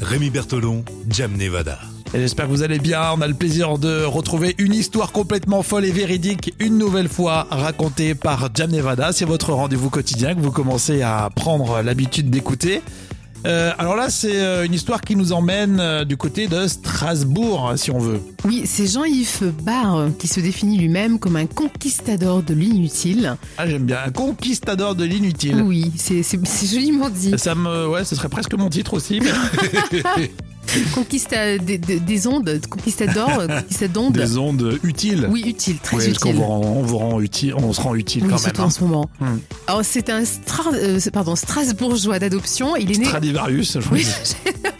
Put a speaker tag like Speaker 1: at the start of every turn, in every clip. Speaker 1: Rémi Bertolon, Jam Nevada.
Speaker 2: Et J'espère que vous allez bien. On a le plaisir de retrouver une histoire complètement folle et véridique, une nouvelle fois racontée par Jam Nevada. C'est votre rendez-vous quotidien que vous commencez à prendre l'habitude d'écouter. Euh, alors là, c'est euh, une histoire qui nous emmène euh, du côté de Strasbourg, hein, si on veut.
Speaker 3: Oui, c'est Jean-Yves Barre qui se définit lui-même comme un conquistador de l'inutile.
Speaker 2: Ah, j'aime bien. Un conquistador de l'inutile.
Speaker 3: Oui, c'est c'est- c'est joliment dit.
Speaker 2: Ça me, ouais, ce serait presque mon titre aussi. mais-
Speaker 3: Conquista des, des- des ondes, conquistador, conquistadonde.
Speaker 2: Des ondes utiles.
Speaker 3: Oui, utile, très
Speaker 2: Oui, parce qu'on
Speaker 3: utile.
Speaker 2: vous rend, on vous rend utile, on se rend utile
Speaker 3: Oui,
Speaker 2: quand même.
Speaker 3: surtout en ce moment.
Speaker 2: Hmm.
Speaker 3: Alors, c'est un Stra- euh, c'est- pardon, Strasbourgeois d'adoption. Il est né.
Speaker 2: Stradivarius, je
Speaker 3: Oui,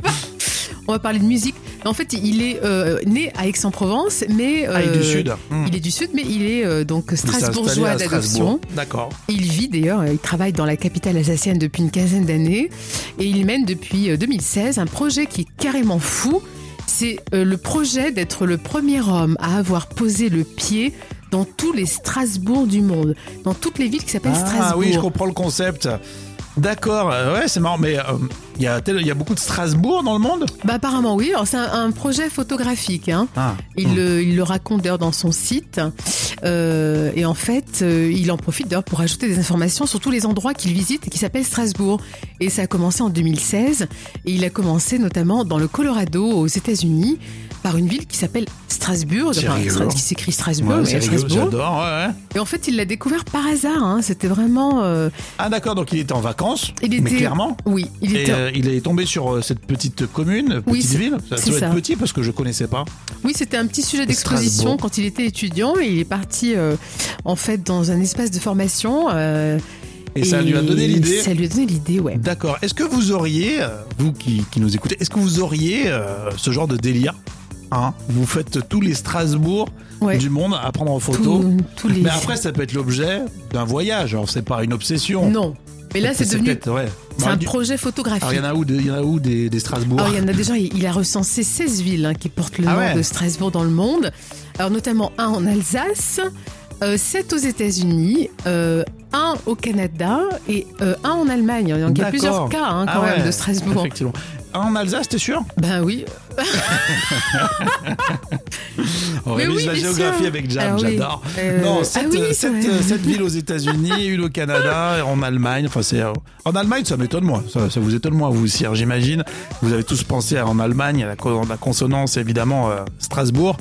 Speaker 3: on va parler de musique. En fait, il est euh, né à Aix-en-Provence, mais.
Speaker 2: Ah, il est
Speaker 3: euh,
Speaker 2: du sud. Hmm.
Speaker 3: Il est du Sud, mais il est euh, donc
Speaker 2: Il s'est installé
Speaker 3: Strasbourgeois
Speaker 2: à
Speaker 3: d'adoption.
Speaker 2: Strasbourg. D'accord.
Speaker 3: Il vit d'ailleurs, euh, il travaille dans la capitale alsacienne depuis une quinzaine d'années et il mène depuis euh, 2016 un projet qui est carrément fou. C'est euh, le projet d'être le premier homme à avoir posé le pied dans tous les Strasbourg du monde, dans toutes les villes qui s'appellent
Speaker 2: Ah
Speaker 3: Strasbourg.
Speaker 2: oui, je comprends le concept. D'accord, euh, ouais, c'est marrant, mais euh, il y, a tel- il y a beaucoup de Strasbourg dans le monde
Speaker 3: Bah apparemment oui, alors c'est un, un projet photographique. Hein.
Speaker 2: ah.
Speaker 3: Il, le, il le raconte d'ailleurs dans son site. Euh, et en fait, euh, il en profite d'ailleurs pour ajouter des informations sur tous les endroits qu'il visite et qui s'appellent Strasbourg. Et ça a commencé en 2016. Et il a commencé notamment dans le Colorado, aux États-Unis, par une ville qui s'appelle Strasbourg.
Speaker 2: C'est rigolo.
Speaker 3: Stra- qui s'écrit Strasbourg,
Speaker 2: Ouais,
Speaker 3: mais
Speaker 2: c'est rigolo,
Speaker 3: Strasbourg.
Speaker 2: j'adore. ouais, ouais.
Speaker 3: Et en fait, il l'a découvert par hasard. hein. C'était vraiment. euh,
Speaker 2: Ah d'accord, donc il était en vacances,
Speaker 3: Il
Speaker 2: mais
Speaker 3: était-
Speaker 2: clairement.
Speaker 3: Oui, il
Speaker 2: et,
Speaker 3: était.
Speaker 2: euh, il est tombé sur euh, cette petite commune, euh,
Speaker 3: Oui,
Speaker 2: petite
Speaker 3: c'est-
Speaker 2: ville. Ça
Speaker 3: c'est
Speaker 2: doit être
Speaker 3: ça.
Speaker 2: petit parce que je connaissais pas.
Speaker 3: Oui, c'était un petit sujet d'exposition
Speaker 2: Strasbourg.
Speaker 3: quand il était étudiant et il est parti euh, en fait dans un espace de formation. euh,
Speaker 2: Et, ça lui a donné l'idée.
Speaker 3: Ça lui a donné l'idée, ouais.
Speaker 2: D'accord. Est-ce que vous auriez, euh, vous qui, qui nous écoutez, est-ce que vous auriez euh, ce genre de délire hein Vous faites tous les Strasbourg
Speaker 3: Ouais.
Speaker 2: du monde à prendre en photo.
Speaker 3: Tous, tous les.
Speaker 2: Mais après, ça peut être l'objet d'un voyage. Alors, c'est pas une obsession.
Speaker 3: non. Mais là, c'est devenu.
Speaker 2: peut-être, ouais.
Speaker 3: C'est
Speaker 2: Alors,
Speaker 3: un
Speaker 2: du-
Speaker 3: projet
Speaker 2: Alors, il y
Speaker 3: photographique.
Speaker 2: en a où, des- il y en a où des, des Strasbourg
Speaker 3: Alors, il y en a déjà, il il a recensé 16 villes hein, qui portent le
Speaker 2: Ah
Speaker 3: nom
Speaker 2: ouais.
Speaker 3: de Strasbourg dans le monde. Alors, notamment un en Alsace, 7 aux États-Unis, euh, un au Canada et euh, un en Allemagne. Donc, il y a
Speaker 2: D'accord.
Speaker 3: plusieurs cas hein, quand
Speaker 2: Ah
Speaker 3: même
Speaker 2: ouais,
Speaker 3: de Strasbourg.
Speaker 2: Effectivement. Un En Alsace, t'es sûr
Speaker 3: Ben oui.
Speaker 2: On
Speaker 3: Mais
Speaker 2: révise
Speaker 3: oui,
Speaker 2: Oh, la
Speaker 3: bien
Speaker 2: géographie
Speaker 3: sûr.
Speaker 2: avec Jam,
Speaker 3: Ah oui.
Speaker 2: j'adore.
Speaker 3: Euh,
Speaker 2: Non,
Speaker 3: ah
Speaker 2: sept,
Speaker 3: oui,
Speaker 2: euh,
Speaker 3: c'est
Speaker 2: sept,
Speaker 3: vrai.
Speaker 2: euh, sept villes aux États-Unis, une au Canada, et en Allemagne. Enfin, c'est euh, en Allemagne, ça m'étonne moi. Ça, ça vous étonne moi, vous aussi. hein, J'imagine. Vous avez tous pensé à, en Allemagne à la, co- la consonance évidemment euh, Strasbourg.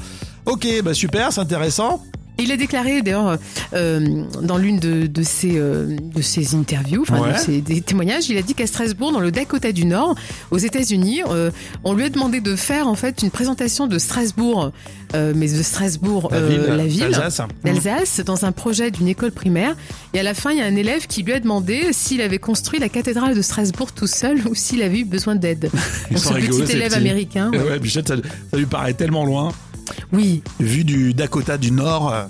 Speaker 2: Ok, bah super, c'est intéressant.
Speaker 3: Il a déclaré d'ailleurs euh, dans l'une de, de ses, euh, de ses interviews, enfin
Speaker 2: Ouais.
Speaker 3: de ses des témoignages, il a dit qu'à Strasbourg, dans le Dakota du Nord, aux États-Unis, euh, on lui a demandé de faire en fait une présentation de Strasbourg, euh, mais de Strasbourg, euh,
Speaker 2: d'Alsace.
Speaker 3: d'Alsace, dans un projet d'une école primaire. Et à la fin, il y a un élève qui lui a demandé s'il avait construit la cathédrale de Strasbourg tout seul ou s'il avait eu besoin d'aide.
Speaker 2: Ils
Speaker 3: Donc,
Speaker 2: sont
Speaker 3: ce
Speaker 2: rigolos,
Speaker 3: petit
Speaker 2: ces
Speaker 3: élève
Speaker 2: petits.
Speaker 3: américain.
Speaker 2: Et
Speaker 3: Ah ouais.
Speaker 2: ouais, Bichette, ça, ça lui paraît tellement loin.
Speaker 3: Oui,
Speaker 2: Vu du Dakota du Nord, euh,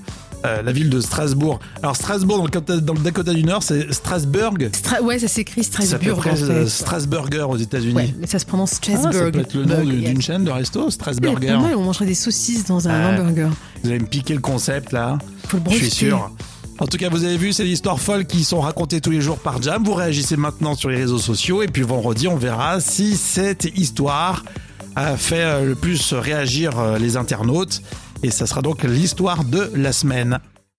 Speaker 2: euh, la ville de Strasbourg. Alors Strasbourg dans le, Dakota- dans le Dakota du Nord, c'est Strasbourg.
Speaker 3: Stra- ouais, ça s'écrit
Speaker 2: C'est à peu
Speaker 3: Strasbourg.
Speaker 2: près,
Speaker 3: en fait.
Speaker 2: euh, Strasburger aux États-Unis.
Speaker 3: Ouais, mais ça se prononce
Speaker 2: Ah,
Speaker 3: Strasbourg.
Speaker 2: ça peut être le nom
Speaker 3: Burg,
Speaker 2: du-
Speaker 3: yes.
Speaker 2: d'une chaîne de resto,
Speaker 3: Il y a
Speaker 2: Strasburger.
Speaker 3: pas mal, on mangerait des saucisses dans un
Speaker 2: Ouais.
Speaker 3: hamburger.
Speaker 2: Vous allez me piquer le concept là,
Speaker 3: Faut le
Speaker 2: Ah. je suis
Speaker 3: breveter.
Speaker 2: sûr. En tout cas, vous avez vu, c'est des histoires folles qui sont racontées tous les jours par Jam. Vous réagissez maintenant sur les réseaux sociaux et puis vendredi, on verra si cette histoire a fait euh, le plus réagir euh, les internautes. Et ça sera donc l'histoire de la semaine.